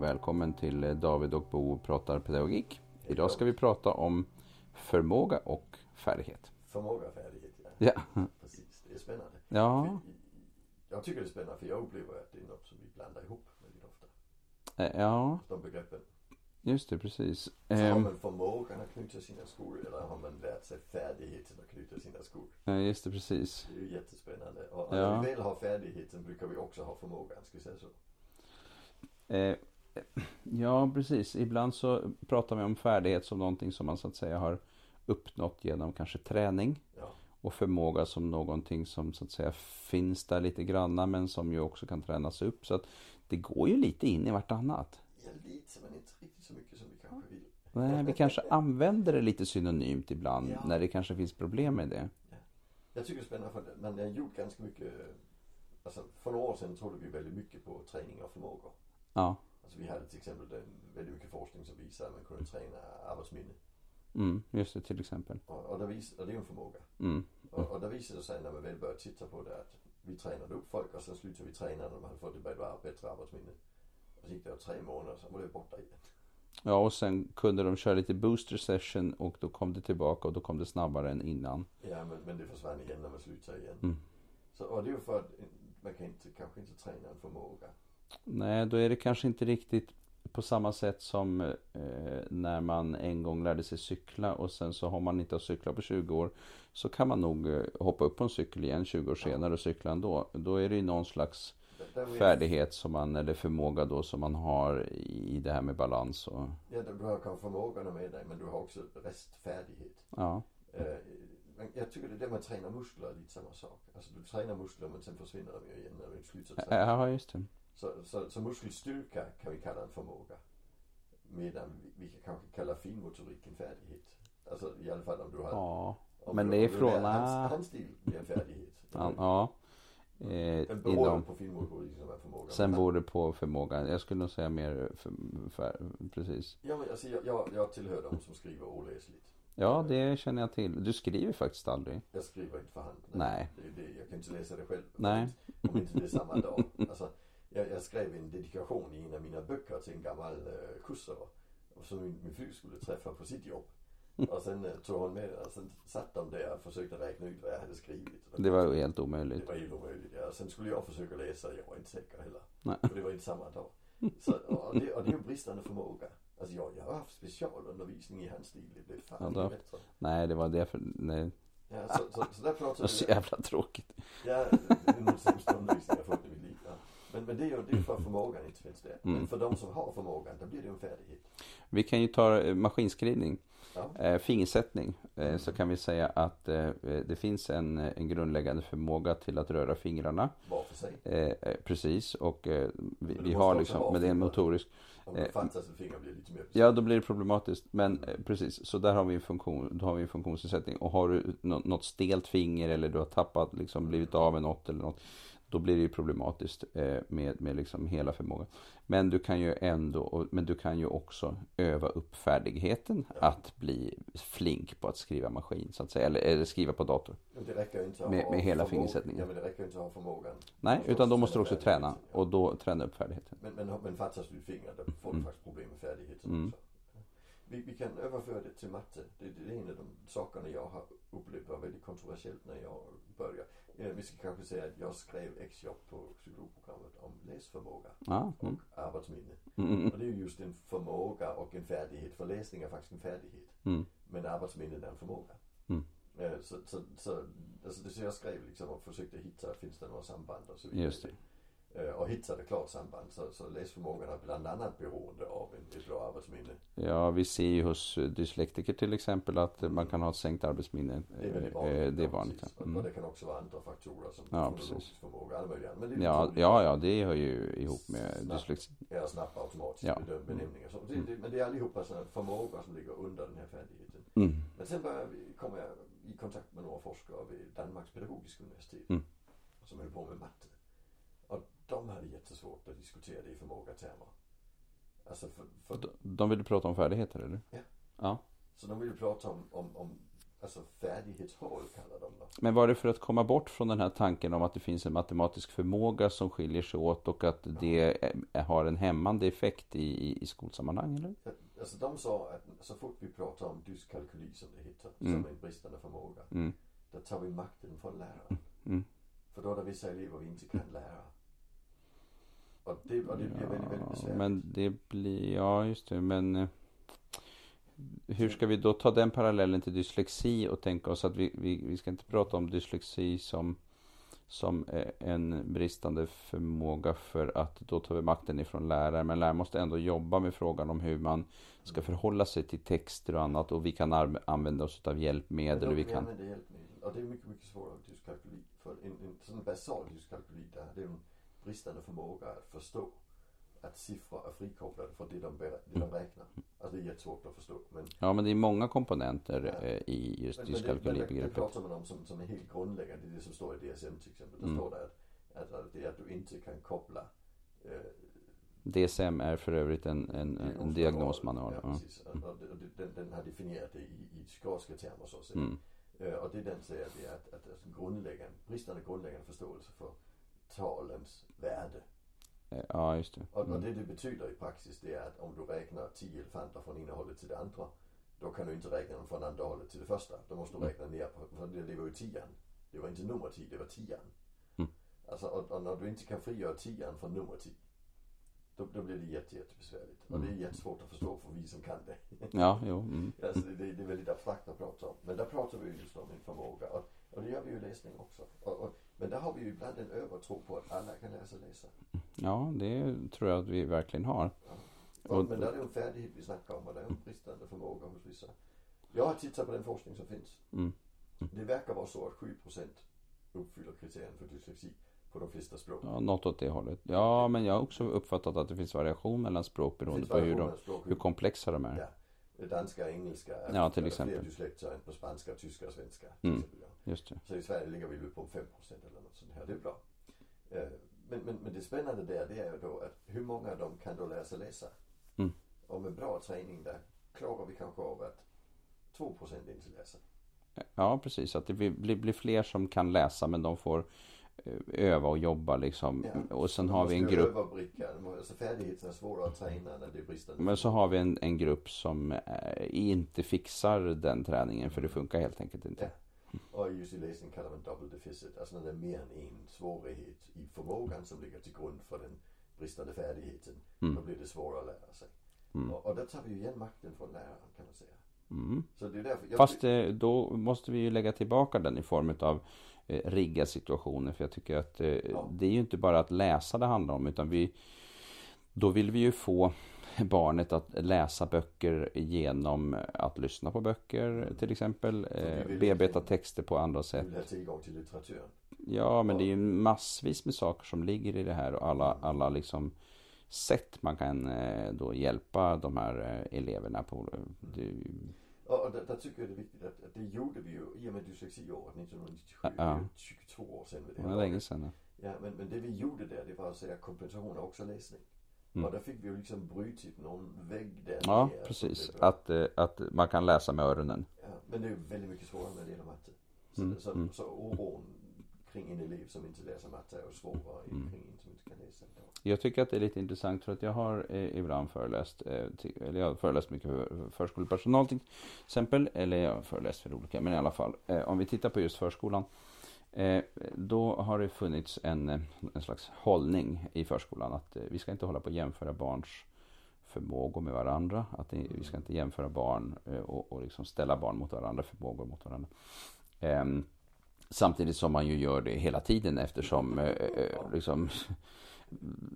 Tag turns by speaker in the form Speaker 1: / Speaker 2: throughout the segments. Speaker 1: välkommen till eh, David och Bo pratar pedagogik. Idag ska vi prata om förmåga och färdighet.
Speaker 2: Förmåga och färdighet, ja.
Speaker 1: Ja,
Speaker 2: Precis, det är spännande.
Speaker 1: ja,
Speaker 2: För Jag tycker det är spännande för jag upplever att det är något som vi blandar ihop väldigt ofta.
Speaker 1: eh, ja
Speaker 2: De begreppen.
Speaker 1: just det, precis.
Speaker 2: Så har
Speaker 1: Ehm,
Speaker 2: man förmågan att knyta sina skor eller har man lärt sig färdigheten att knyta sina skor?
Speaker 1: eh, just det, precis.
Speaker 2: Det är ju jättespännande. Och
Speaker 1: Ja.
Speaker 2: när vi väl har färdigheten brukar vi också ha förmågan, ska vi säga så?
Speaker 1: Eh, ja, precis. Ibland så pratar vi om färdighet som någonting som man så att säga har uppnått genom kanske träning.
Speaker 2: Ja,
Speaker 1: Och förmåga som någonting som så att säga finns där lite granna men som ju också kan tränas upp. Så att det går ju lite in i vartannat.
Speaker 2: ja lite men inte riktigt så mycket som vi kanske vill.
Speaker 1: Nej, vi kanske använder det lite synonymt ibland
Speaker 2: Ja.
Speaker 1: när det kanske finns problem med det.
Speaker 2: Jag tycker det är spännande för att man har gjort ganska mycket. Alltså för några år sedan trodde vi väldigt mycket på träning och förmågor.
Speaker 1: Ja,
Speaker 2: Alltså vi hade till exempel den- väldigt mycket forskning som visar att man kunde träna arbetsminne.
Speaker 1: mm, just det till exempel.
Speaker 2: Och, och, där vis, och det är ju en förmåga.
Speaker 1: Mm,
Speaker 2: Och, och där visade det sig när man väl började titta på det att vi tränade upp folk och sen slutade vi träna när de hade fått ett bättre- bättre arbetsminne. Och så gick det tre månader sen var det borta igen.
Speaker 1: Ja, och sen kunde de köra lite booster session och då kom det tillbaka och då kom det snabbare än innan.
Speaker 2: Ja men, men det försvann igen när man slutade igen.
Speaker 1: Mm.
Speaker 2: Så, och det är ju för att man kan inte, kanske inte träna en förmåga.
Speaker 1: Nej, då är det kanske inte riktigt på samma sätt som eh, när man en gång lärde sig cykla och sen så har man inte cyklat på 20 år. Så kan man nog eh, hoppa upp på en cykel igen 20 år senare och cykla ändå. Då är det ju någon slags
Speaker 2: Där, där var jag-
Speaker 1: färdighet som man, eller förmåga då som man har i det här med balans och
Speaker 2: Ja, du har kanske förmågorna med dig men du har också restfärdighet.
Speaker 1: ja.
Speaker 2: Eh, men jag tycker det där med att träna muskler är lite samma sak. Alltså du tränar muskler men sen försvinner de ju igen när du slutar träna.
Speaker 1: Ja, just det.
Speaker 2: Så, så, så muskelstyrka kan vi kalla en förmåga. Medan vi, vi kan kanske kalla finmotorik en färdighet. Alltså i alla fall om du har...
Speaker 1: Ja,
Speaker 2: om
Speaker 1: men
Speaker 2: du,
Speaker 1: det är
Speaker 2: om du lär
Speaker 1: från-
Speaker 2: Hans, handstil blir en färdighet.
Speaker 1: ja. ja. Eh,
Speaker 2: Den beror
Speaker 1: inom.
Speaker 2: på finmotorik som är förmåga.
Speaker 1: Sen
Speaker 2: Men-
Speaker 1: beror det på förmågan. Jag skulle nog säga mer för, för, precis.
Speaker 2: Ja, men alltså, jag, jag, jag tillhör dem som skriver oläsligt.
Speaker 1: Ja, det känner jag till. Du skriver faktiskt aldrig.
Speaker 2: Jag skriver inte för hand.
Speaker 1: Nej.
Speaker 2: Det, är det, jag kan inte läsa det själv.
Speaker 1: Nej.
Speaker 2: Om inte det är samma dag. Alltså, jag, jag skrev en dedikation i en av mina böcker till en gammal eh, kursare. och Som min, min fru skulle träffa på sitt jobb. Och sen eh, tog hon med och sen satt de där och försökte räkna ut vad jag hade skrivit. Och
Speaker 1: Det var ju helt
Speaker 2: det
Speaker 1: omöjligt.
Speaker 2: var helt omöjligt. Ja. Sen skulle jag försöka läsa, jag var inte säker heller.
Speaker 1: Nej.
Speaker 2: För det var inte samma dag. Så, och, det, och det är ju bristande förmåga. Alltså jag, jag har haft specialundervisning i handstil. Det blev fan
Speaker 1: Ja, då.
Speaker 2: inte bättre.
Speaker 1: Nej, det var därför. Nej,
Speaker 2: Ja, så, så, så där
Speaker 1: det
Speaker 2: pratar
Speaker 1: var
Speaker 2: vi-
Speaker 1: så jävla tråkigt.
Speaker 2: Ja, det är nog den sämsta undervisning jag fått i mitt liv. Ja. Men, men det är ju det är för förmågan inte finns där. Men
Speaker 1: Mm.
Speaker 2: för de som har förmågan, då blir det en färdighet.
Speaker 1: Vi kan ju ta eh, maskinskrivning,
Speaker 2: Ja.
Speaker 1: eh, fingersättning. Eh, så
Speaker 2: Mm.
Speaker 1: kan vi säga att eh, det finns en, eh, en grundläggande förmåga till att röra fingrarna.
Speaker 2: Var för sig.
Speaker 1: Eh, eh, precis, och eh, vi,
Speaker 2: det
Speaker 1: vi
Speaker 2: måste
Speaker 1: har
Speaker 2: också
Speaker 1: liksom,
Speaker 2: vara
Speaker 1: men det är en
Speaker 2: fingrar.
Speaker 1: motorisk.
Speaker 2: Om de
Speaker 1: Eh,
Speaker 2: fattas en finger blir det lite mer
Speaker 1: Ja, då blir det problematiskt. Men eh, precis, så där har vi en, funktion, då har vi en funktionsnedsättning. Och har du nå- något stelt finger eller du har tappat, liksom blivit av med något eller något. Då blir det ju problematiskt eh, med, med liksom hela förmågan. Men du kan ju ändå, och- men du kan ju också öva upp färdigheten att bli flink på att skriva maskin så att säga. Eller, eller skriva på dator.
Speaker 2: Men det räcker ju inte att
Speaker 1: Med-
Speaker 2: ha
Speaker 1: med hela
Speaker 2: förmå-
Speaker 1: fingersättningen.
Speaker 2: Ja, men det räcker ju inte att ha förmågan.
Speaker 1: Nej,
Speaker 2: Måste
Speaker 1: utan då
Speaker 2: också
Speaker 1: måste du också
Speaker 2: träna
Speaker 1: träna.
Speaker 2: färdigheten, ja.
Speaker 1: Och då träna upp färdigheten.
Speaker 2: Men, men, men fattas du ett finger, då får
Speaker 1: Mm.
Speaker 2: du faktiskt problem med färdigheten också. Vi, vi kan överföra det till matte. Det, det är en av de sakerna jag har upplevt var väldigt kontroversiellt när jag började. Eh, Vi ska kanske säga att jag skrev exjobb på psykologprogrammet om läsförmåga.
Speaker 1: Ja,
Speaker 2: och
Speaker 1: mm.
Speaker 2: arbetsminne.
Speaker 1: Mm.
Speaker 2: Och det är ju just en förmåga och en färdighet. För läsning är faktiskt en färdighet.
Speaker 1: Mm.
Speaker 2: Men arbetsminnet är en förmåga.
Speaker 1: Mm.
Speaker 2: Eh, Så, så, så, alltså det så jag skrev liksom och försökte hitta, finns det några samband och så vidare.
Speaker 1: Just
Speaker 2: Eh, Och hittade klart samband. Så, så läsförmågan är bland annat beroende av en, ett bra arbetsminne.
Speaker 1: Ja, vi ser ju hos dyslektiker till exempel att man kan ha ett sänkt arbetsminne.
Speaker 2: Det är väldigt
Speaker 1: Eh,
Speaker 2: vanligt.
Speaker 1: Det är
Speaker 2: ja,
Speaker 1: vanligt,
Speaker 2: precis.
Speaker 1: ja.
Speaker 2: Och- Och
Speaker 1: Mm.
Speaker 2: det kan också vara andra faktorer som
Speaker 1: Ja,
Speaker 2: kronologisk
Speaker 1: precis.
Speaker 2: förmåga. Alla möjliga. Men det är
Speaker 1: Ja,
Speaker 2: otroligt.
Speaker 1: ja, ja, det hör ju ihop med
Speaker 2: Snabbt.
Speaker 1: dyslexi.
Speaker 2: Eller snabb automatisk
Speaker 1: Ja. Mm.
Speaker 2: bedöm- benämning och så. Det, det, men det är allihopa sådana förmågor som ligger under den här färdigheten.
Speaker 1: Mm.
Speaker 2: Men sen började vi, kom jag i kontakt med några forskare vid Danmarks pedagogiska universitet
Speaker 1: Mm.
Speaker 2: som höll på med matte. Och de hade jättesvårt att diskutera det i förmågatermer. Alltså för, för,
Speaker 1: De- De vill prata om färdigheter eller?
Speaker 2: Ja.
Speaker 1: Ja.
Speaker 2: så de ville prata om, om, om Alltså färdighetshål kallar de det.
Speaker 1: Men var det för att komma bort från den här tanken om att det finns en matematisk förmåga som skiljer sig åt och att det eh, har en hämmande effekt i, i, i skolsammanhang? Eller?
Speaker 2: Alltså de sa att så fort vi pratar om dyskalkyli som det heter, som en bristande förmåga.
Speaker 1: Mm.
Speaker 2: Då tar vi makten från läraren.
Speaker 1: Mm.
Speaker 2: För då är det vissa elever vi inte kan lära. Och det, och det blir väldigt, väldigt
Speaker 1: Ja,
Speaker 2: besvärligt.
Speaker 1: men det blir, ja just det, men eh, hur ska vi då ta den parallellen till dyslexi och tänka oss att vi, vi, vi ska inte prata om dyslexi som, som eh, en bristande förmåga för att då tar vi makten ifrån läraren. Men läraren måste ändå jobba med frågan om hur man
Speaker 2: Mm.
Speaker 1: ska förhålla sig till texter och annat och vi kan ar- använda oss av hjälpmedel och vi kan...
Speaker 2: Men det är helt nytt. Och det är mycket, mycket svårare att dyskalkyli. För en, en sån basal dyskalkyli där, det är en bristande förmåga att förstå att siffror är frikopplade från det de, berä- det
Speaker 1: Mm.
Speaker 2: de räknar. Alltså det är jättesvårt att förstå. Men,
Speaker 1: Ja men det är många komponenter eh, i just
Speaker 2: men, men det, men det, det
Speaker 1: dyskalkylibegreppet.
Speaker 2: pratar man om som, som är helt grundläggande. Det är det som står i DSM till exempel. Där
Speaker 1: Mm.
Speaker 2: står det att, att, att det är att du inte kan koppla eh,
Speaker 1: DSM är för övrigt en, en, en, en diagnosmanual.
Speaker 2: Ja,
Speaker 1: Ja.
Speaker 2: precis. Och, och det- den, den har definierat det i, i skånska termer så att säga.
Speaker 1: Mm.
Speaker 2: Eh, Och det den säger det är att, att alltså grundläggande, bristande grundläggande förståelse för talens värde.
Speaker 1: Eh, Ja, just det.
Speaker 2: Och, och det det betyder i praxis det är att om du räknar 10 elefanter från ena hållet till det andra. Då kan du inte räkna dem från andra hållet till det första. Då måste du räkna ner, på- för det, det var ju tian. Det var inte nummer 10, det var tian. Alltså, och, och när du inte kan frigöra tian från nummer 10. Då, då blir det jätte, jättebesvärligt. Och det är jättesvårt att förstå för vi som kan det.
Speaker 1: Ja, jo. Mm.
Speaker 2: Alltså det, det, det är väldigt abstrakt att prata om. Men där pratar vi ju just om en förmåga. Och, och det gör vi ju i läsning också. Och, och, men där har vi ju ibland en övertro på att alla kan lära sig läsa.
Speaker 1: Ja, det tror jag att vi verkligen har.
Speaker 2: Och,
Speaker 1: Och-
Speaker 2: men där är det ju en färdighet vi snackar om och det är en bristande förmåga hos vissa. Jag har tittat på den forskning som finns.
Speaker 1: Mm.
Speaker 2: Det verkar vara så att 7% uppfyller kriterierna för dyslexi på de flesta språk.
Speaker 1: Ja, något åt det hållet. Ja, men jag har också uppfattat att det finns variation mellan språk beroende
Speaker 2: finns
Speaker 1: på hur,
Speaker 2: variationer
Speaker 1: de,
Speaker 2: i språk.
Speaker 1: hur komplexa de är.
Speaker 2: Ja. Danska, engelska.
Speaker 1: Ja, till
Speaker 2: fler
Speaker 1: exempel.
Speaker 2: dyslektiker än på spanska, tyska och svenska. till
Speaker 1: Mm.
Speaker 2: exempel, ja.
Speaker 1: Just det.
Speaker 2: Så i Sverige ligger vi väl på 5 eller något sånt här. Det är bra. Eh, Men, men, men det spännande där det är ju då att hur många av dem kan då lära sig läsa?
Speaker 1: Mm.
Speaker 2: Och med bra träning där klarar vi kanske av att 2 inte läser.
Speaker 1: Ja, precis. Att det blir, blir, blir fler som kan läsa, men de får eh, öva och jobba liksom.
Speaker 2: Ja.
Speaker 1: Och sen
Speaker 2: De
Speaker 1: har vi en
Speaker 2: måste
Speaker 1: grupp.
Speaker 2: öva brickan. De har- Alltså färdigheterna är svårare att träna när det är bristande.
Speaker 1: Men så har vi en, en grupp som eh, inte fixar den träningen,
Speaker 2: Mm.
Speaker 1: för det funkar helt enkelt inte.
Speaker 2: Och just i läsning kallar man double deficit. Alltså när det är mer än en svårighet i förmågan som ligger till grund för den bristande färdigheten.
Speaker 1: Mm,
Speaker 2: Då blir det svårare att lära sig. Och, och där tar vi ju igen makten från läraren kan man säga. Så det är därför jag
Speaker 1: mm. Fast eh, då måste vi ju lägga tillbaka den i form av rigga situationer. För jag tycker att eh, det är ju inte bara att läsa det handlar om. Utan vi, då vill vi ju få barnet att läsa böcker genom att lyssna på böcker till exempel.
Speaker 2: Mm. vi
Speaker 1: Eh,
Speaker 2: vill Mm.
Speaker 1: bearbeta
Speaker 2: liksom-
Speaker 1: texter på andra
Speaker 2: Du
Speaker 1: sätt.
Speaker 2: vill ha tillgång till litteraturen.
Speaker 1: Ja, men det är ju massvis med saker som ligger i det här och alla,
Speaker 2: Mm.
Speaker 1: alla liksom sätt man kan eh, då hjälpa de här eh, eleverna på. Det, är ju-
Speaker 2: Och, och där, där tycker jag det är viktigt att, att det gjorde vi ju i och med dyslexiåret 1997.
Speaker 1: Ja,
Speaker 2: Det är ju
Speaker 1: ja.
Speaker 2: 22 år sedan. vid
Speaker 1: det
Speaker 2: det
Speaker 1: var
Speaker 2: här
Speaker 1: länge
Speaker 2: laget.
Speaker 1: sedan.
Speaker 2: Ja, men, men det vi gjorde där det var att säga kompensation och också läsning. Och där fick vi ju liksom brutit någon vägg där.
Speaker 1: Mm. Ja,
Speaker 2: nere.
Speaker 1: precis.
Speaker 2: Det var-
Speaker 1: Att, eh, att man kan läsa med öronen.
Speaker 2: Ja, men det är ju väldigt mycket svårare när det gäller matte. Så,
Speaker 1: Mm,
Speaker 2: så, så oron kring en elev som inte läser matte är svårare
Speaker 1: Mm.
Speaker 2: än kring en som inte kan läsa. idag.
Speaker 1: Jag tycker att det är lite intressant för att jag har eh, ibland föreläst, eh, till, eller jag har föreläst mycket för förskolepersonal till exempel, eller jag har föreläst för olika, men i alla fall. Eh, om vi tittar på just förskolan, eh, då har det funnits en, eh, en slags hållning i förskolan att eh, vi ska inte hålla på att jämföra barns förmågor med varandra. Att det, vi ska inte jämföra barn eh, och, och liksom ställa barn mot varandra, förmågor mot varandra. Ehm, Samtidigt som man ju gör det hela tiden eftersom eh, eh, liksom,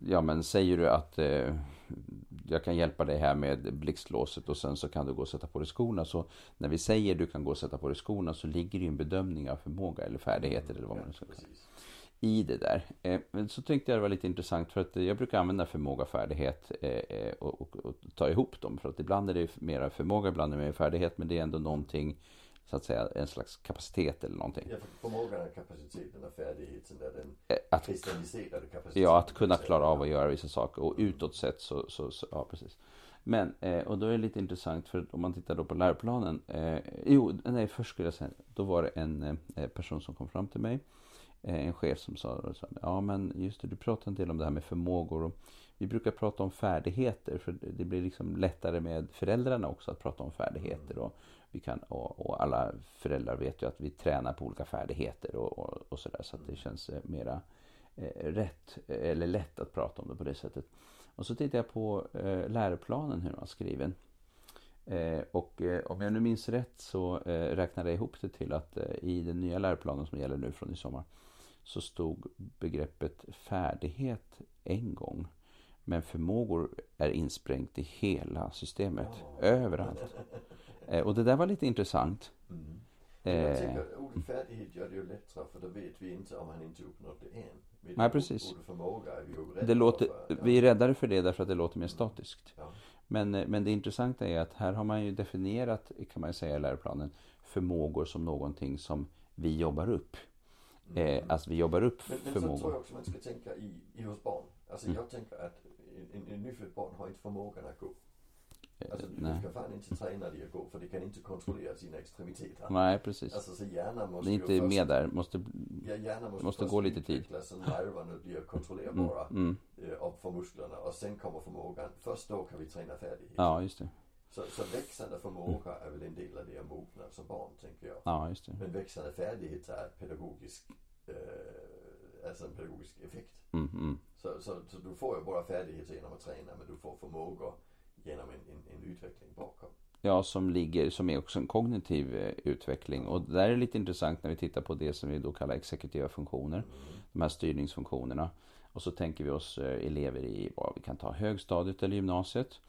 Speaker 1: ja men säger du att eh, jag kan hjälpa dig här med blixtlåset och sen så kan du gå och sätta på dig skorna. Så när vi säger du kan gå och sätta på dig skorna så ligger det ju en bedömning av förmåga eller färdigheter eller vad man nu ska kalla det
Speaker 2: Precis.
Speaker 1: i det där. Eh, Men så tyckte jag det var lite intressant för att eh, jag brukar använda förmåga och färdighet eh, eh, och, och, och ta ihop dem. För att ibland är det mera förmåga, ibland är det mer färdighet. Men det är ändå någonting, så att säga, en slags kapacitet eller någonting.
Speaker 2: Ja, för- förmågan är kapaciteten och färdigheten är den
Speaker 1: Eh, Att,
Speaker 2: kristalliserade kapaciteten.
Speaker 1: ja, att kunna klara av att göra vissa saker. Och utåt sett så, så, så ja precis. Men, eh, och då är det lite intressant för om man tittar då på läroplanen. Eh, jo, nej först skulle jag säga, då var det en eh, person som kom fram till mig. Eh, en chef som sa, sa, ja men just det, du pratar en del om det här med förmågor. Och vi brukar prata om färdigheter för det blir liksom lättare med föräldrarna också att prata om färdigheter. Och, vi kan, och, och alla föräldrar vet ju att vi tränar på olika färdigheter och, och, och sådär. Så att det känns eh, mera eh, rätt, eller lätt att prata om det på det sättet. Och så tittar jag på eh, läroplanen hur den var skriven. Eh, och eh, om jag nu minns rätt så eh, räknade jag ihop det till att eh, i den nya läroplanen som gäller nu från i sommar så stod begreppet färdighet en gång. Men förmågor är insprängt i hela systemet,
Speaker 2: Ja.
Speaker 1: överallt. Eh, och det där var lite intressant.
Speaker 2: Mm. Men Jag
Speaker 1: Eh,
Speaker 2: tänker ordet färdighet gör det ju lättare för då vet vi inte om han inte uppnått det än. Men
Speaker 1: Nej, precis.
Speaker 2: Ordet förmåga är vi ju
Speaker 1: det
Speaker 2: rädda
Speaker 1: låter,
Speaker 2: för. Ja.
Speaker 1: vi är räddare för det därför att det låter mer statiskt.
Speaker 2: Ja.
Speaker 1: Men, eh, men det intressanta är att här har man ju definierat, kan man ju säga i läroplanen, förmågor som någonting som vi jobbar upp. Eh, alltså vi jobbar upp
Speaker 2: Mm. Men, men så tror
Speaker 1: förmågor.
Speaker 2: jag också man ska tänka i, i hos barn. Alltså
Speaker 1: Mm.
Speaker 2: jag tänker att en, en, en nyfödd barn har inte förmågan att gå. Alltså du
Speaker 1: Eh, nej.
Speaker 2: ska fan inte träna dig att gå för det kan inte kontrollera sina extremiteter.
Speaker 1: Nej, precis.
Speaker 2: Alltså så hjärnan
Speaker 1: Det
Speaker 2: måste
Speaker 1: är
Speaker 2: ju
Speaker 1: inte
Speaker 2: först,
Speaker 1: med där. Måste,
Speaker 2: Ja, hjärnan måste,
Speaker 1: måste
Speaker 2: först
Speaker 1: gå lite tid.
Speaker 2: utvecklas, Sen nerverna blir
Speaker 1: Mm,
Speaker 2: kontrollerbara eh, upp för musklerna och sen kommer förmågan. Först då kan vi träna färdighet.
Speaker 1: ja, just det.
Speaker 2: Så, så växande förmåga är väl en del av det jag mognar som barn tänker jag.
Speaker 1: Ja, just det.
Speaker 2: Men växande färdighet är pedagogisk, eh, alltså en pedagogisk effekt.
Speaker 1: Mm, mm.
Speaker 2: Så, så, så du får ju bara färdigheter genom att träna men du får förmågor genom en, en, en utveckling bakom.
Speaker 1: Ja, som ligger, som är också en kognitiv eh, utveckling. Och det där är lite intressant när vi tittar på det som vi då kallar exekutiva funktioner.
Speaker 2: Mm.
Speaker 1: De här styrningsfunktionerna. Och så tänker vi oss eh, elever i vad vi kan ta högstadiet eller gymnasiet.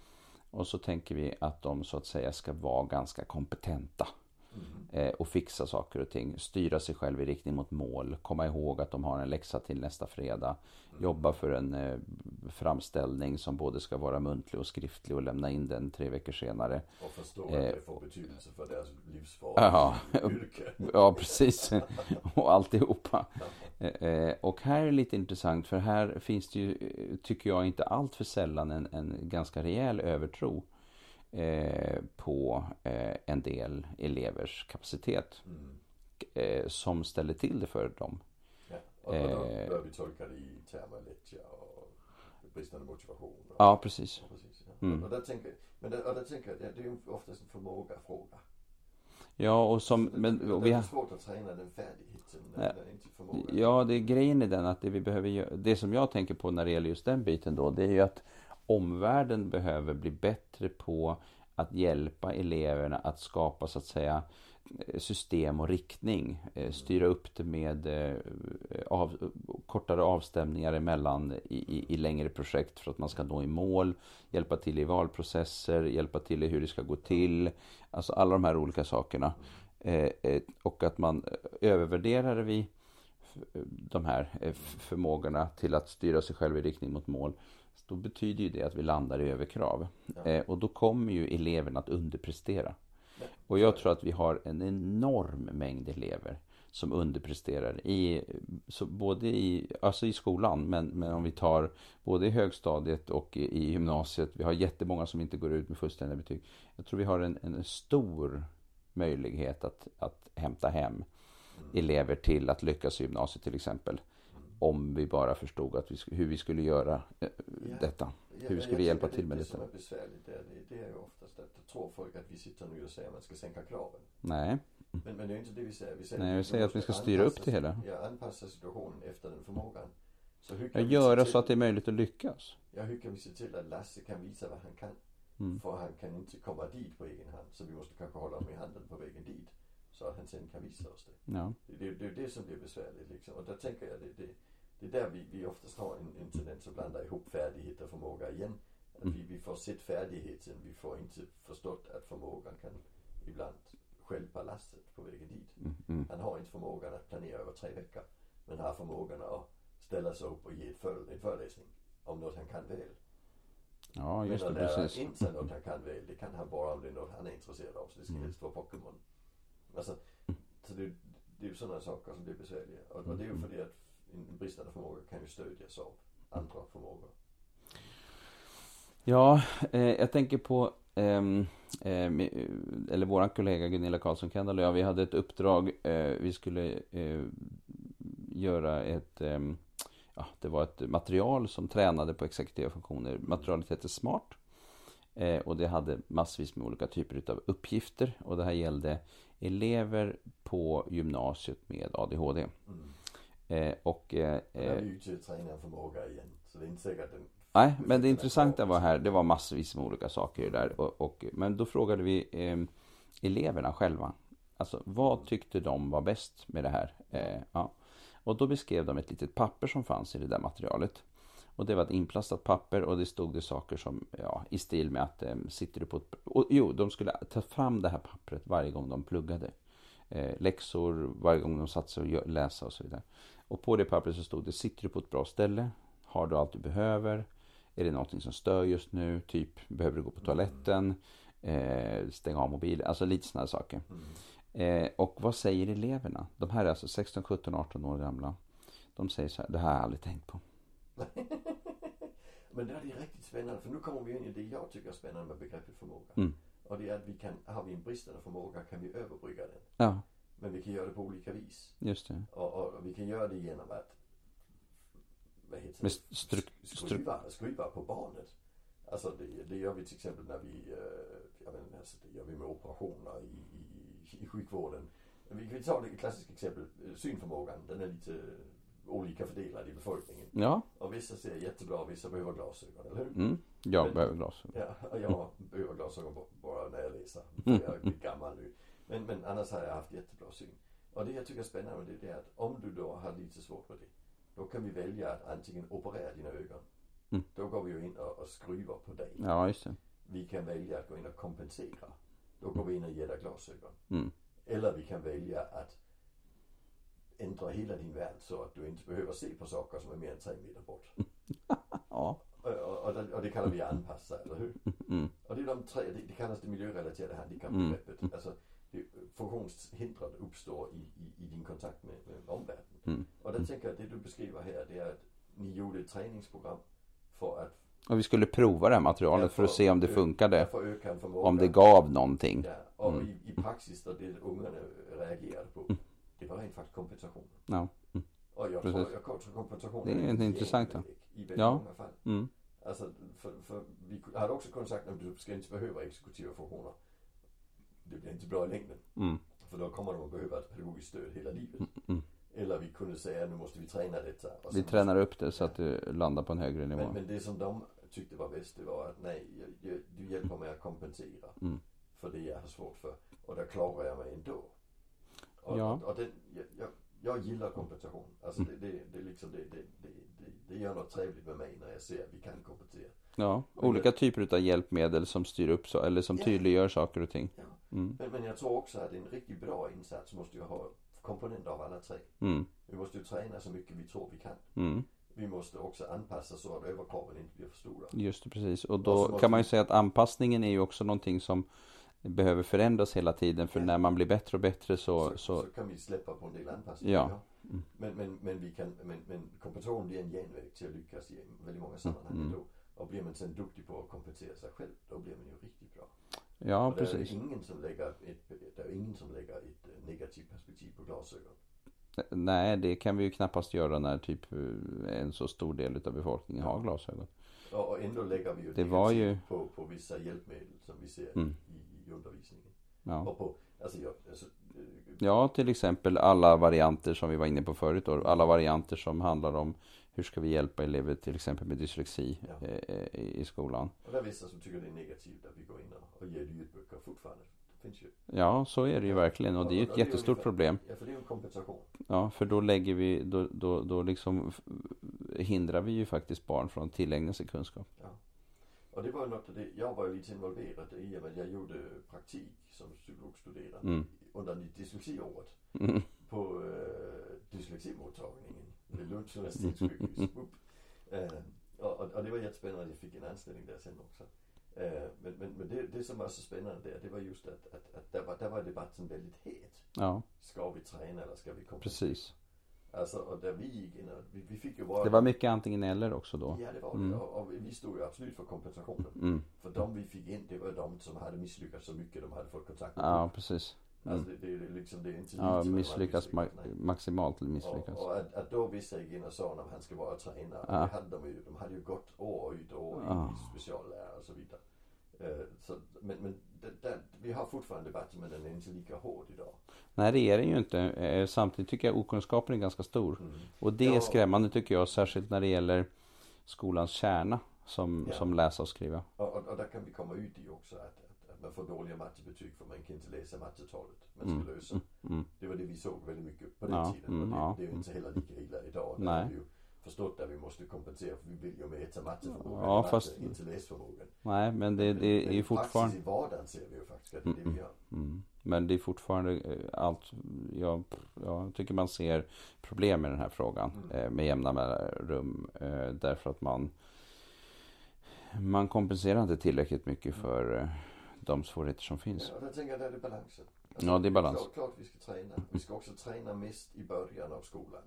Speaker 1: Och så tänker vi att de så att säga ska vara ganska kompetenta.
Speaker 2: Mm.
Speaker 1: eh, Och fixa saker och ting. Styra sig själv i riktning mot mål. Komma ihåg att de har en läxa till nästa fredag. Jobba för en eh, framställning som både ska vara muntlig och skriftlig och lämna in den tre veckor senare.
Speaker 2: Och förstå
Speaker 1: Eh.
Speaker 2: att det får betydelse för deras livsval,
Speaker 1: Ja.
Speaker 2: yrke.
Speaker 1: Ja, precis. Och alltihopa. Eh, eh, Och här är det lite intressant för här finns det ju, eh, tycker jag, inte allt för sällan en, en ganska rejäl övertro eh, på eh, en del elevers kapacitet
Speaker 2: Mm.
Speaker 1: eh, som ställer till det för dem.
Speaker 2: Ja. Och, och då
Speaker 1: Eh.
Speaker 2: bör vi tolka det i termer av lättja och bristande motivation. Och,
Speaker 1: Ja, precis.
Speaker 2: och precis, ja.
Speaker 1: Mm.
Speaker 2: och, där tänker, men där, och där tänker jag, det, det är ju oftast en förmåga-fråga.
Speaker 1: Ja, och som...
Speaker 2: Det-
Speaker 1: Men,
Speaker 2: det,
Speaker 1: och
Speaker 2: det
Speaker 1: vi
Speaker 2: är
Speaker 1: har,
Speaker 2: svårt att träna den färdigheten när
Speaker 1: Ja.
Speaker 2: när det inte är förmågan.
Speaker 1: Ja, det är grejen i den att det vi behöver gö- Det som jag tänker på när det gäller just den biten då, det är ju att omvärlden behöver bli bättre på att hjälpa eleverna att skapa så att säga eh, system och riktning. Eh, Styra upp det med eh, av, kortare avstämningar emellan i, i, i längre projekt för att man ska nå i mål. Hjälpa till i valprocesser, hjälpa till i hur det ska gå till. Alltså alla de här olika sakerna. Eh, eh, och att man eh, övervärderar vi de här eh, f- förmågorna till att styra sig själv i riktning mot mål. så Då betyder ju det att vi landar i överkrav.
Speaker 2: Mm.
Speaker 1: Eh, Och då kommer ju eleverna att underprestera.
Speaker 2: Ja,
Speaker 1: Och jag tror att vi har en enorm mängd elever som underpresterar i, så både i, alltså i skolan, men, men om vi tar både i högstadiet och i, i gymnasiet. Vi har jättemånga som inte går ut med fullständiga betyg. Jag tror vi har en, en stor möjlighet att, att hämta hem
Speaker 2: Mm.
Speaker 1: elever till att lyckas i gymnasiet till exempel. Om vi bara förstod att vi, sk- hur vi skulle göra eh, detta.
Speaker 2: Ja,
Speaker 1: Hur
Speaker 2: men
Speaker 1: ska
Speaker 2: jag
Speaker 1: vi hjälpa
Speaker 2: tänker det-
Speaker 1: till med
Speaker 2: det?
Speaker 1: detta?
Speaker 2: som är besvärligt där, det, det är ju oftast att då tror folk att vi sitter nu och säger att man ska sänka kraven.
Speaker 1: Nej,
Speaker 2: Men, men det är ju inte det vi säger. Vi säger,
Speaker 1: Nej, vi
Speaker 2: du
Speaker 1: säger att vi
Speaker 2: måste
Speaker 1: ska styra upp
Speaker 2: anpassa-
Speaker 1: det hela.
Speaker 2: Ja, anpassa situationen efter den förmågan. Så hur
Speaker 1: jag
Speaker 2: vi se
Speaker 1: göra
Speaker 2: till,
Speaker 1: så att det är möjligt att lyckas.
Speaker 2: Ja, hur kan vi se till att Lasse kan visa vad han kan?
Speaker 1: Mm.
Speaker 2: För han kan inte komma dit på egen hand. Så vi måste kanske hålla honom i handen på vägen dit. Så att han sen kan visa oss det.
Speaker 1: Ja.
Speaker 2: Det är det, är det som blir besvärligt liksom. Och där tänker jag, det, det, det är där vi, vi oftast har en, en tendens att blanda ihop färdighet och förmåga igen. Att vi, vi får sett färdigheten, vi får inte förstått att förmågan kan ibland stjälpa lasset på vägen dit.
Speaker 1: Mm,
Speaker 2: Han har inte förmågan att planera över tre veckor. Men har förmågan att ställa sig upp och ge ett före, en föreläsning om något han kan väl.
Speaker 1: ja,
Speaker 2: Men
Speaker 1: just det,
Speaker 2: att lära
Speaker 1: precis.
Speaker 2: in sig något han kan väl, det kan han bara om det är något han är intresserad av. Så det ska
Speaker 1: Mm.
Speaker 2: helst vara Pokémon. Alltså, så det, det är ju sådana saker som blir besvärliga. Och, och det är
Speaker 1: Mm.
Speaker 2: ju för det att
Speaker 1: Mm.
Speaker 2: en en bristande förmåga kan ju stödjas av andra förmågor.
Speaker 1: Ja, eh, jag tänker på ehm, ehm, eh, eller våran kollega Gunilla Karlsson Kendall och jag, vi hade ett uppdrag. Eh, vi skulle eh, göra ett ehm, ja, det var ett material som tränade på exekutiva funktioner. Materialet hette Smart. Eh, och det hade massvis med olika typer utav uppgifter. Och det här gällde elever på gymnasiet med ADHD.
Speaker 2: Mm.
Speaker 1: Eh, och, eh,
Speaker 2: Den hade
Speaker 1: eh,
Speaker 2: ju inte tränaren förmåga igen. Så det är inte säkert att den...
Speaker 1: nej, men det intressanta var här, det var massvis med olika saker där. Och, och, men då frågade vi eh, eleverna själva. Alltså vad tyckte de var bäst med det här? Eh, ja. Och då beskrev de ett litet papper som fanns i det där materialet. Och det var ett inplastat papper och det stod det saker som, ja, i stil med att eh, sitter du på ett... Och, jo, de skulle ta fram det här pappret varje gång de pluggade. Eh, läxor, varje gång de satte sig och gör- läsa och så vidare. Och på det pappret så stod det, sitter du på ett bra ställe? Har du allt du behöver? Är det någonting som stör just nu? Typ, behöver du gå på toaletten? Eh, stäng av mobilen? Alltså lite sådana saker.
Speaker 2: Mm.
Speaker 1: Eh, och vad säger eleverna? De här är alltså 16, 17, 18 år gamla. De säger så här, det här har jag aldrig tänkt på.
Speaker 2: Men det här är riktigt spännande för nu kommer vi in i det jag tycker är spännande med begreppet förmåga.
Speaker 1: Mm.
Speaker 2: Och det är att vi kan, har vi en bristande förmåga kan vi överbrygga den.
Speaker 1: Ja,
Speaker 2: Men vi kan göra det på olika vis.
Speaker 1: just det.
Speaker 2: Och, och vi kan göra det genom att vad heter
Speaker 1: Med
Speaker 2: det?
Speaker 1: struk... struk
Speaker 2: Skruva, skruva på barnet. Alltså det, det gör vi till exempel när vi, eh, ja men alltså det gör vi med operationer i, i, i sjukvården. Vi kan ta det klassiska exemplet, eh, synförmågan, den är lite olika fördelad i befolkningen.
Speaker 1: ja,
Speaker 2: Och vissa ser jättebra och vissa behöver glasögon, eller hur?
Speaker 1: mm. jag
Speaker 2: Men-
Speaker 1: behöver glasögon.
Speaker 2: Ja, och jag behöver glasögon b- bara när jag läser. För jag är lite gammal nu. Men, men annars har jag haft jättebra syn. Och det jag tycker är spännande det är att om du då har lite svårt med det. Då kan vi välja att antingen operera dina ögon.
Speaker 1: Mm.
Speaker 2: Då går vi ju in och, och skruvar på dig.
Speaker 1: Ja, just det.
Speaker 2: Vi kan välja att gå in och kompensera. Då går vi in och ger dig glasögon.
Speaker 1: Mm.
Speaker 2: Eller vi kan välja att ändra hela din värld så att du inte behöver se på saker som är mer än tre meter bort.
Speaker 1: Ja,
Speaker 2: Och, och, och det kallar vi anpassa, eller hur?
Speaker 1: Mm.
Speaker 2: Och det är de tre, det, det kallas det miljörelaterade handikappbegreppet.
Speaker 1: Mm.
Speaker 2: Alltså, det, funktionshindret uppstår i, i, i din kontakt med, med omvärlden.
Speaker 1: Mm.
Speaker 2: Och där tänker jag att det du beskriver här, det är att ni gjorde ett träningsprogram för att
Speaker 1: och vi skulle prova det här materialet för att se om det funkade.
Speaker 2: för öka en förmåga.
Speaker 1: Om det gav Mm. någonting.
Speaker 2: ja, och i, i praxis där det ungarna reagerade på, det var rent faktiskt kompensation.
Speaker 1: Ja.
Speaker 2: Och jag
Speaker 1: Mm. Precis.
Speaker 2: tror, jag tror kompensation
Speaker 1: Det är
Speaker 2: en
Speaker 1: intressant,
Speaker 2: genväg I väldigt
Speaker 1: Ja.
Speaker 2: många fall.
Speaker 1: Mm.
Speaker 2: Alltså, för, för vi hade också kunnat sagt att du ska inte behöva exekutiva funktioner. Det blir inte bra i längden.
Speaker 1: Mm.
Speaker 2: För då kommer de att behöva ett pedagogiskt stöd hela livet.
Speaker 1: mm.
Speaker 2: Eller vi kunde säga nu måste vi träna detta. Och
Speaker 1: Vi
Speaker 2: så-
Speaker 1: tränar upp det så att det landar på en högre nivå.
Speaker 2: men, men det som de tyckte var bäst det var att nej, jag, jag, du hjälper mig att kompensera
Speaker 1: Mm.
Speaker 2: för det jag har svårt för. Och där klarar jag mig ändå. Och,
Speaker 1: Ja. Mm.
Speaker 2: och, och den, jag, jag, jag gillar kompensation. Alltså det, det, det, är liksom, det, det, det, det, det gör något trevligt med mig när jag ser att vi kan kompensera.
Speaker 1: Ja, olika typer av hjälpmedel som styr upp så, eller som tydliggör saker och ting.
Speaker 2: Ja.
Speaker 1: Mm.
Speaker 2: Men, men jag tror också att en riktigt bra insats måste ju ha komponenter av alla tre.
Speaker 1: Mm.
Speaker 2: Vi måste ju träna så mycket vi tror vi kan.
Speaker 1: Mm.
Speaker 2: Vi måste också anpassa så att överkroppen inte blir för stor.
Speaker 1: Just det, precis. Och
Speaker 2: Och så
Speaker 1: då
Speaker 2: måste
Speaker 1: kan man ju
Speaker 2: vi-
Speaker 1: säga att anpassningen är ju också någonting som behöver förändras hela tiden. För
Speaker 2: Ja.
Speaker 1: när man blir bättre och bättre så...
Speaker 2: Så,
Speaker 1: så
Speaker 2: så kan vi släppa på en del anpassningar.
Speaker 1: Ja. Mm.
Speaker 2: Men, men, men, vi kan, men, men kompensation det är en genväg till att lyckas i väldigt många sammanhang
Speaker 1: Mm.
Speaker 2: ändå. Och blir man sen duktig på att kompensera sig själv, då blir man ju riktigt bra.
Speaker 1: ja,
Speaker 2: och det är liksom-
Speaker 1: precis.
Speaker 2: ju ingen som lägger ett, det är ju ingen som lägger ett eh, negativt perspektiv på glasögon.
Speaker 1: Nej, det kan vi ju knappast göra när typ eh, en så stor del av befolkningen har glasögon.
Speaker 2: Och, och ändå lägger vi ju
Speaker 1: Det var
Speaker 2: negativt
Speaker 1: ju-
Speaker 2: på, på vissa hjälpmedel som vi ser
Speaker 1: Mm.
Speaker 2: i, i undervisningen.
Speaker 1: Ja.
Speaker 2: typ. Och på, alltså jag, alltså, eh,
Speaker 1: ja, till exempel alla varianter som vi var inne på förut. Då, alla varianter som handlar om hur ska vi hjälpa elever till exempel med dyslexi
Speaker 2: Ja.
Speaker 1: eh, eh, i i skolan.
Speaker 2: och det är vissa som tycker det är negativt att vi går in och- och ger ljudböcker fortfarande. Det finns ju.
Speaker 1: Ja, så är det ju verkligen och det är ju ett jättestort problem.
Speaker 2: Ja, för det är ju en kompensation.
Speaker 1: Ja, för då lägger vi, då, då, då liksom f- hindrar vi ju faktiskt barn från att tillägna sig kunskap.
Speaker 2: Och det var ju något, av det, jag var ju lite involverad i och med att jag gjorde praktik som psykologstuderande
Speaker 1: Mm.
Speaker 2: under dyslexiåret
Speaker 1: Mm.
Speaker 2: på eh, dysleximottagningen vid Lunds universitetssjukhus. Upp. Eh, och, och, och det var jättespännande, jag fick en anställning där sen också. Eh, men men, men det, det som var så spännande där, det var just att, att, att där, var, där var debatten väldigt het.
Speaker 1: Ja,
Speaker 2: Ska vi träna eller ska vi kompensera?
Speaker 1: precis.
Speaker 2: Alltså, och där vi gick in, och vi, vi fick ju vara...
Speaker 1: Det var mycket antingen eller också då.
Speaker 2: Ja, det var det. Och, och vi stod ju absolut för kompensationen.
Speaker 1: Mm.
Speaker 2: För de vi fick in, det var de som hade misslyckats så mycket de hade fått kontakt med.
Speaker 1: Ja, precis. Mm.
Speaker 2: Alltså, det, det, är liksom, det är inte
Speaker 1: Ja,
Speaker 2: lite som
Speaker 1: misslyckas
Speaker 2: de hade
Speaker 1: ma-
Speaker 2: misslyckats, nej.
Speaker 1: maximalt misslyckas.
Speaker 2: Och, och att, att då vissa gick in och sa om han ska vara tränare.
Speaker 1: Ja.
Speaker 2: Det hade de ju. De hade ju gått år ut och år
Speaker 1: Ja.
Speaker 2: i speciallärare och så vidare. Eh, så, men men det, det, vi har fortfarande debatten men den är inte lika hård idag.
Speaker 1: Nej det är det ju inte. Eh, Samtidigt tycker jag okunskapen är ganska stor. Och det är
Speaker 2: Ja.
Speaker 1: skrämmande tycker jag. Särskilt när det gäller skolans kärna. Som,
Speaker 2: Ja.
Speaker 1: som läsa och skriva.
Speaker 2: Och, och, och där kan vi komma ut i också att, att, att man får dåliga mattebetyg för man kan inte läsa mattetalet. Man ska lösa. Det var det vi såg väldigt mycket på den
Speaker 1: Mm. Ja,
Speaker 2: tiden.
Speaker 1: mm,
Speaker 2: och det,
Speaker 1: ja.
Speaker 2: det är ju inte heller lika illa idag. Där
Speaker 1: Nej.
Speaker 2: har vi ju förstått att vi måste kompensera för vi vill ju mäta matteförmågan,
Speaker 1: Ja,
Speaker 2: matte,
Speaker 1: fast-
Speaker 2: inte läsförmågan.
Speaker 1: Nej men det, det är
Speaker 2: Men
Speaker 1: ju
Speaker 2: i
Speaker 1: fortfarande.
Speaker 2: Praxis i vardagen ser vi ju faktiskt att det är det vi gör.
Speaker 1: Mm. Men det är fortfarande eh, allt. Jag, jag tycker man ser problem med den här frågan
Speaker 2: Mm.
Speaker 1: eh, med jämna mellanrum. eh, Därför att man, man kompenserar inte tillräckligt
Speaker 2: Mm.
Speaker 1: mycket för eh, de svårigheter som finns.
Speaker 2: Ja, och där tänker jag, där är det balansen. Alltså,
Speaker 1: Ja, det är balans.
Speaker 2: Klart, klart vi ska träna. Vi ska också träna mest i början av skolan.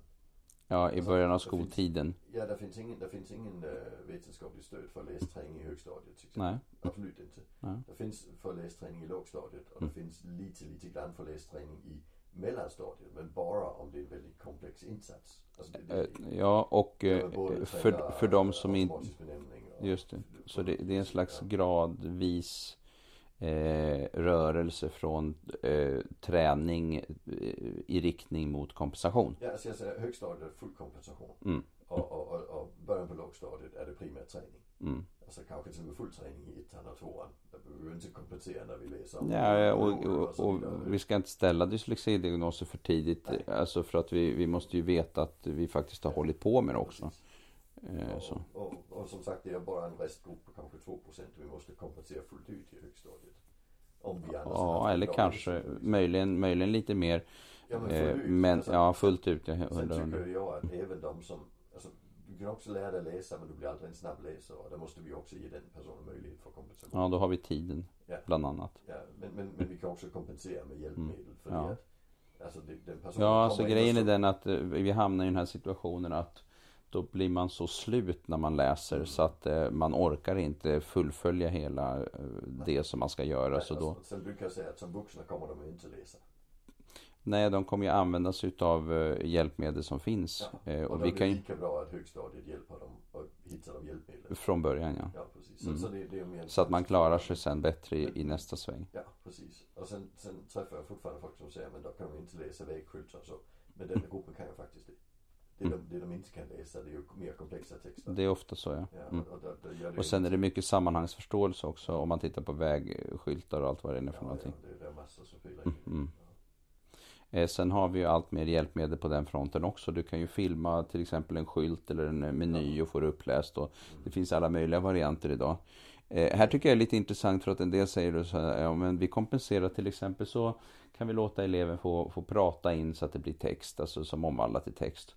Speaker 1: Ja, i början av
Speaker 2: det finns-
Speaker 1: skoltiden.
Speaker 2: Ja, där finns ingen, där finns ingen eh, vetenskaplig stöd för lästräning i högstadiet till exempel.
Speaker 1: Nej.
Speaker 2: Absolut inte.
Speaker 1: Nej. Mm.
Speaker 2: Det finns för lästräning i lågstadiet och det finns lite, lite grann för lästräning i mellanstadiet. Men bara om det är en väldigt komplex insats. Alltså det, det,
Speaker 1: Eh, Ja, och
Speaker 2: det
Speaker 1: eh,
Speaker 2: gäller både
Speaker 1: för,
Speaker 2: träna
Speaker 1: för de som inte...
Speaker 2: automatisk benämning och-
Speaker 1: Just det. Så det, det är en slags gradvis eh, rörelse från eh, träning eh, i riktning mot kompensation.
Speaker 2: Ja, alltså jag säger högstadiet är full kompensation.
Speaker 1: Mm.
Speaker 2: Och, och, och, och början på lågstadiet är det primärt träning.
Speaker 1: Mm.
Speaker 2: Alltså kanske till och med full träning i ettan och tvåan. Där behöver vi inte kompensera när vi läser om
Speaker 1: Ja, och,
Speaker 2: behoven
Speaker 1: och,
Speaker 2: så
Speaker 1: och
Speaker 2: vidare.
Speaker 1: vi ska inte ställa dyslexidiagnoser för tidigt. eh, Alltså för att vi, vi måste ju veta att vi faktiskt har hållit på med det också. Eh, så.
Speaker 2: Och, och, och som sagt det är bara en restgrupp på kanske 2 Vi måste kompensera fullt ut i högstadiet. Om vi annars
Speaker 1: Ja,
Speaker 2: haft
Speaker 1: eller
Speaker 2: bra
Speaker 1: kanske
Speaker 2: resultat.
Speaker 1: möjligen, möjligen lite mer.
Speaker 2: Ja, men
Speaker 1: eh,
Speaker 2: fullt ut.
Speaker 1: Men
Speaker 2: alltså,
Speaker 1: ja, fullt ut. Jag
Speaker 2: sen
Speaker 1: undrar, undrar.
Speaker 2: tycker jag att även de som, alltså, du kan också lära dig läsa men du blir aldrig en snabbläsare. Och där måste vi också ge den personen möjlighet för kompensation.
Speaker 1: Ja, då har vi tiden
Speaker 2: Ja.
Speaker 1: bland annat.
Speaker 2: Ja, men, men, men vi kan också kompensera med hjälpmedel. För
Speaker 1: Mm. Ja.
Speaker 2: det att, alltså det, den personen
Speaker 1: Ja, alltså
Speaker 2: kommer in och
Speaker 1: grejen är
Speaker 2: så-
Speaker 1: den att eh, vi hamnar i den här situationen att då blir man så slut när man läser
Speaker 2: Mm.
Speaker 1: så att eh, man orkar inte fullfölja hela eh, det som man ska göra. Så då,
Speaker 2: Alltså, Sen brukar jag säga att som vuxna kommer de ju inte läsa.
Speaker 1: nej, de kommer ju använda sig av hjälpmedel som finns.
Speaker 2: Ja.
Speaker 1: Eh,
Speaker 2: Och
Speaker 1: Och
Speaker 2: då
Speaker 1: vi
Speaker 2: är det
Speaker 1: kan ju,
Speaker 2: lika bra att högstadiet hjälper dem att hitta de hjälpmedlen.
Speaker 1: från början ja.
Speaker 2: Ja, precis. Så, så, det, det är mer en
Speaker 1: Mm. Så att man klarar sig sen bättre i, i nästa sväng.
Speaker 2: Ja, precis. Och sen, sen träffar jag fortfarande folk som säger men då kan de inte läsa vägskyltar och så. Men den här gruppen kan ju faktiskt det. Det de, det de inte kan läsa det är ju mer komplexa texter.
Speaker 1: Mm. Det är ofta så ja.
Speaker 2: Ja, och, då, då gör det
Speaker 1: Och sen är det mycket sammanhangsförståelse också om man tittar på vägskyltar och allt vad det är för
Speaker 2: ja, ja,
Speaker 1: någonting. Mm,
Speaker 2: det är där massor som spelar in.
Speaker 1: Eh, Sen har vi ju allt mer hjälpmedel på den fronten också. Du kan ju filma till exempel en skylt eller en eh, meny och få det uppläst. Och det finns alla möjliga varianter idag. Eh, här tycker jag är lite intressant för att en del säger så här, ja, men vi kompenserar till exempel så kan vi låta eleven få, få prata in så att det blir text, alltså som omvandlat till text.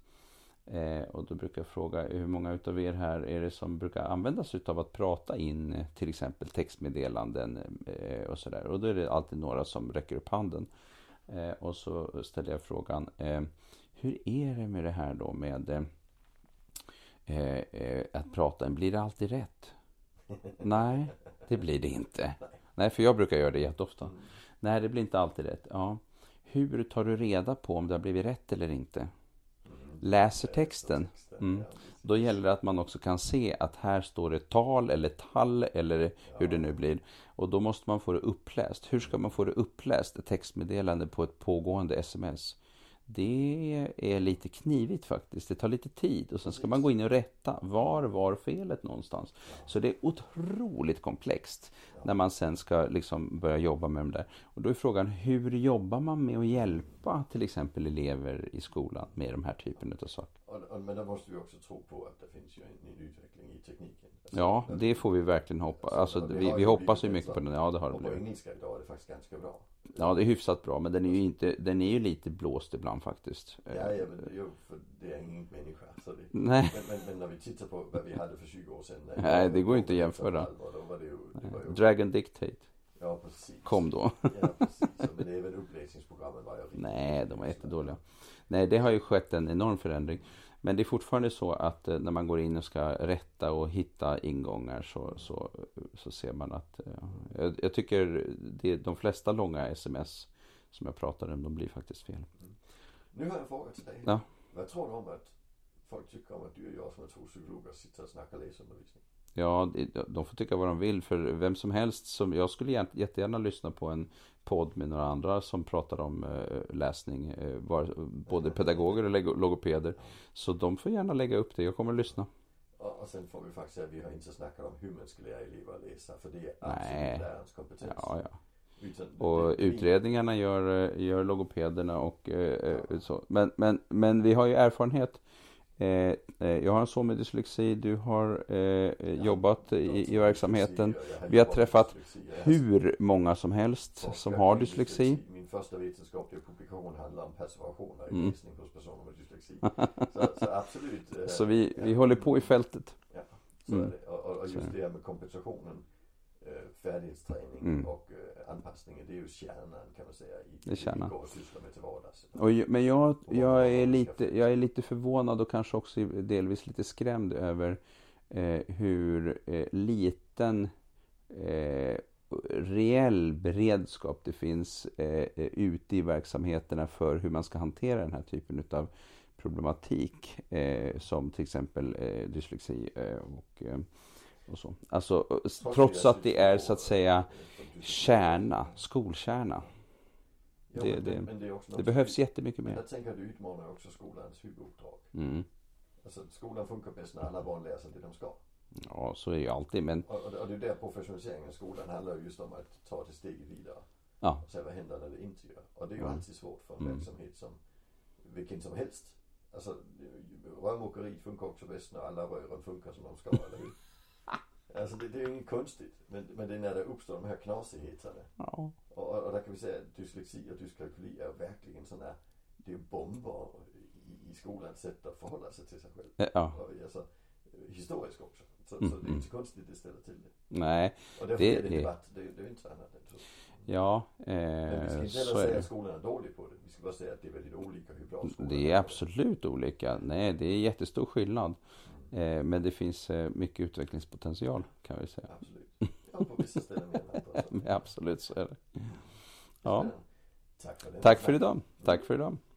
Speaker 1: Eh, och då brukar jag fråga hur många utav er här är det som brukar använda sig utav att prata in eh, till exempel textmeddelanden eh, och sådär. Och då är det alltid några som räcker upp handen. Eh, och så ställer jag frågan, eh, hur är det med det här då med eh, eh, eh, att prata? Blir det alltid rätt?
Speaker 2: Mm.
Speaker 1: Nej, det blir det inte. Nej, för jag brukar göra det jätteofta.
Speaker 2: Mm.
Speaker 1: Nej, det blir inte alltid rätt. Ja. Hur tar du reda på om det har blivit rätt eller inte? Läser texten. Mm.
Speaker 2: Mm. Ja, precis.
Speaker 1: Då gäller det att man också kan se att här står det tal eller tall eller hur det nu blir. Och då måste man få det uppläst. Hur ska man få det uppläst, ett textmeddelande på ett pågående sms? Det är lite knivigt faktiskt. Det tar lite tid och sen ska man gå in och rätta. Var var felet någonstans? Så det är otroligt komplext när man sen ska liksom börja jobba med dem där. Och då är frågan, hur jobbar man med att hjälpa till exempel elever i skolan med de här typen av saker?
Speaker 2: Och, och, men då måste vi också tro på att det finns ju en, en utveckling i tekniken. Alltså,
Speaker 1: Ja, det får vi verkligen hoppas. Alltså,
Speaker 2: det har
Speaker 1: vi,
Speaker 2: ju
Speaker 1: vi hoppas ju
Speaker 2: blivit
Speaker 1: mycket på
Speaker 2: bättre.
Speaker 1: den. Ja, det har det
Speaker 2: och på
Speaker 1: blivit.
Speaker 2: engelska idag är det faktiskt ganska bra.
Speaker 1: Ja, det är hyfsat bra. Men den är ju, inte, den är ju lite blåst ibland faktiskt. Eh,
Speaker 2: Ja, ja men jo, för det är ingen människa. Så det,
Speaker 1: Nej,
Speaker 2: men, men, men när vi tittar på vad vi hade för 20 år sedan. när
Speaker 1: Nej,
Speaker 2: jag
Speaker 1: det går
Speaker 2: var
Speaker 1: inte att
Speaker 2: på
Speaker 1: jämföra.
Speaker 2: Allvar, då var det ju, det var ju
Speaker 1: Dragon Dictate.
Speaker 2: Ja, precis.
Speaker 1: kom då.
Speaker 2: Ja, precis. Ja, Men det är väl uppläsningsprogrammen var jag riktigt-
Speaker 1: Nej, de var jättedåliga. Nej, det har ju skett en enorm förändring. Men det är fortfarande så att eh, när man går in och ska rätta och hitta ingångar så, så, så ser man att... eh, Jag, jag tycker det, de flesta långa sms som jag pratar om, de blir faktiskt fel.
Speaker 2: Nu har jag en fråga till dig.
Speaker 1: Ja.
Speaker 2: Vad tror du om att folk tycker om att du och jag som är två psykologer sitter och snackar läsundervisning?
Speaker 1: Ja, det- de får tycka vad de vill för vem som helst som... Jag skulle jätte- jättegärna lyssna på en podd med några andra som pratar om eh, läsning. eh, var- Både pedagoger och lego- logopeder. Så de får gärna lägga upp det. Jag kommer att lyssna.
Speaker 2: Och, och sen får vi faktiskt säga att vi har inte snackat om hur man ska lära elever att läsa. För det är
Speaker 1: Nej.
Speaker 2: absolut lärarens kompetens.
Speaker 1: Ja, ja.
Speaker 2: Utan,
Speaker 1: Och
Speaker 2: det-
Speaker 1: utredningarna gör, eh, gör logopederna och eh, eh, så. Men, men, men vi har ju erfarenhet. Eh, eh, Jag har en son med dyslexi, du har eh, eh, jobbat i, i verksamheten. Vi har träffat Hur många som helst som har dyslexi.
Speaker 2: typ Min första vetenskapliga publikation handlar om perseverationer i
Speaker 1: Mm.
Speaker 2: läsning hos personer med dyslexi. Så, så absolut. eh,
Speaker 1: Så vi, vi håller på i fältet.
Speaker 2: Så
Speaker 1: Mm.
Speaker 2: är det. Och, och- och
Speaker 1: Så är
Speaker 2: just det här med kompensationen, eh, färdighetsträning
Speaker 1: Mm.
Speaker 2: och eh, anpassningen. Det är ju kärnan kan man säga i
Speaker 1: Det är kärnan.
Speaker 2: vi går och sysslar med till vardags.
Speaker 1: Och, ju- men jag, jag, är lite, jag är lite förvånad och kanske också delvis lite skrämd över eh, hur eh, liten eh, reell beredskap det finns eh, eh, ute i verksamheterna för hur man ska hantera den här typen utav problematik eh, som till exempel eh, dyslexi eh, och, eh, och så. Alltså, eh, trots att det är så att säga kärna, skolkärna.
Speaker 2: Ja,
Speaker 1: det-
Speaker 2: men
Speaker 1: det-
Speaker 2: men är också
Speaker 1: Det
Speaker 2: något-
Speaker 1: behövs jättemycket
Speaker 2: Men
Speaker 1: mer.
Speaker 2: jag tänker att du utmanar också skolans huvuduppdrag.
Speaker 1: Mm.
Speaker 2: Alltså skolan funkar bäst när alla barn läser det de ska.
Speaker 1: Ja, så är det ju alltid. Men
Speaker 2: Och, och, och det är där professionaliseringen av skolan handlar ju just om att ta det steget vidare.
Speaker 1: Ja.
Speaker 2: Och se vad händer när det inte gör. Och det är ju
Speaker 1: Mm.
Speaker 2: alltid svårt för en
Speaker 1: Mm.
Speaker 2: verksamhet som vilken som helst. Alltså rörmokeriet funkar också bäst när alla rören funkar som de ska, eller hur? Alltså det, det är ju inget konstigt. Men, men det är när det uppstår de här knasigheterna.
Speaker 1: ja,
Speaker 2: Och, och, och där kan vi säga att dyslexi och dyskalkyli är ju verkligen sådana, det är ju bomber i, i skolans sätt att förhålla sig till sig själv.
Speaker 1: Eh, ja.
Speaker 2: Och, alltså, historiskt också. Så, så det är
Speaker 1: Mm.
Speaker 2: inte så konstigt det ställer till det.
Speaker 1: nej,
Speaker 2: Och därför
Speaker 1: Det-
Speaker 2: är det
Speaker 1: det-
Speaker 2: debatt, det, det är inte så annat än så.
Speaker 1: ja,
Speaker 2: Men vi ska
Speaker 1: eh,
Speaker 2: inte
Speaker 1: så
Speaker 2: heller
Speaker 1: är
Speaker 2: säga
Speaker 1: det.
Speaker 2: att skolan är dålig på det. Vi ska bara säga att det är väldigt olika hur bra skolan
Speaker 1: Det är absolut olika. Nej, det är jättestor skillnad.
Speaker 2: Mm,
Speaker 1: Eh, men det finns eh, mycket utvecklingspotential kan vi säga.
Speaker 2: absolut. Ja, på vissa ställen mer än andra.
Speaker 1: Men absolut så är det. Ja,
Speaker 2: Tack för det.
Speaker 1: tack för idag. Tack för idag.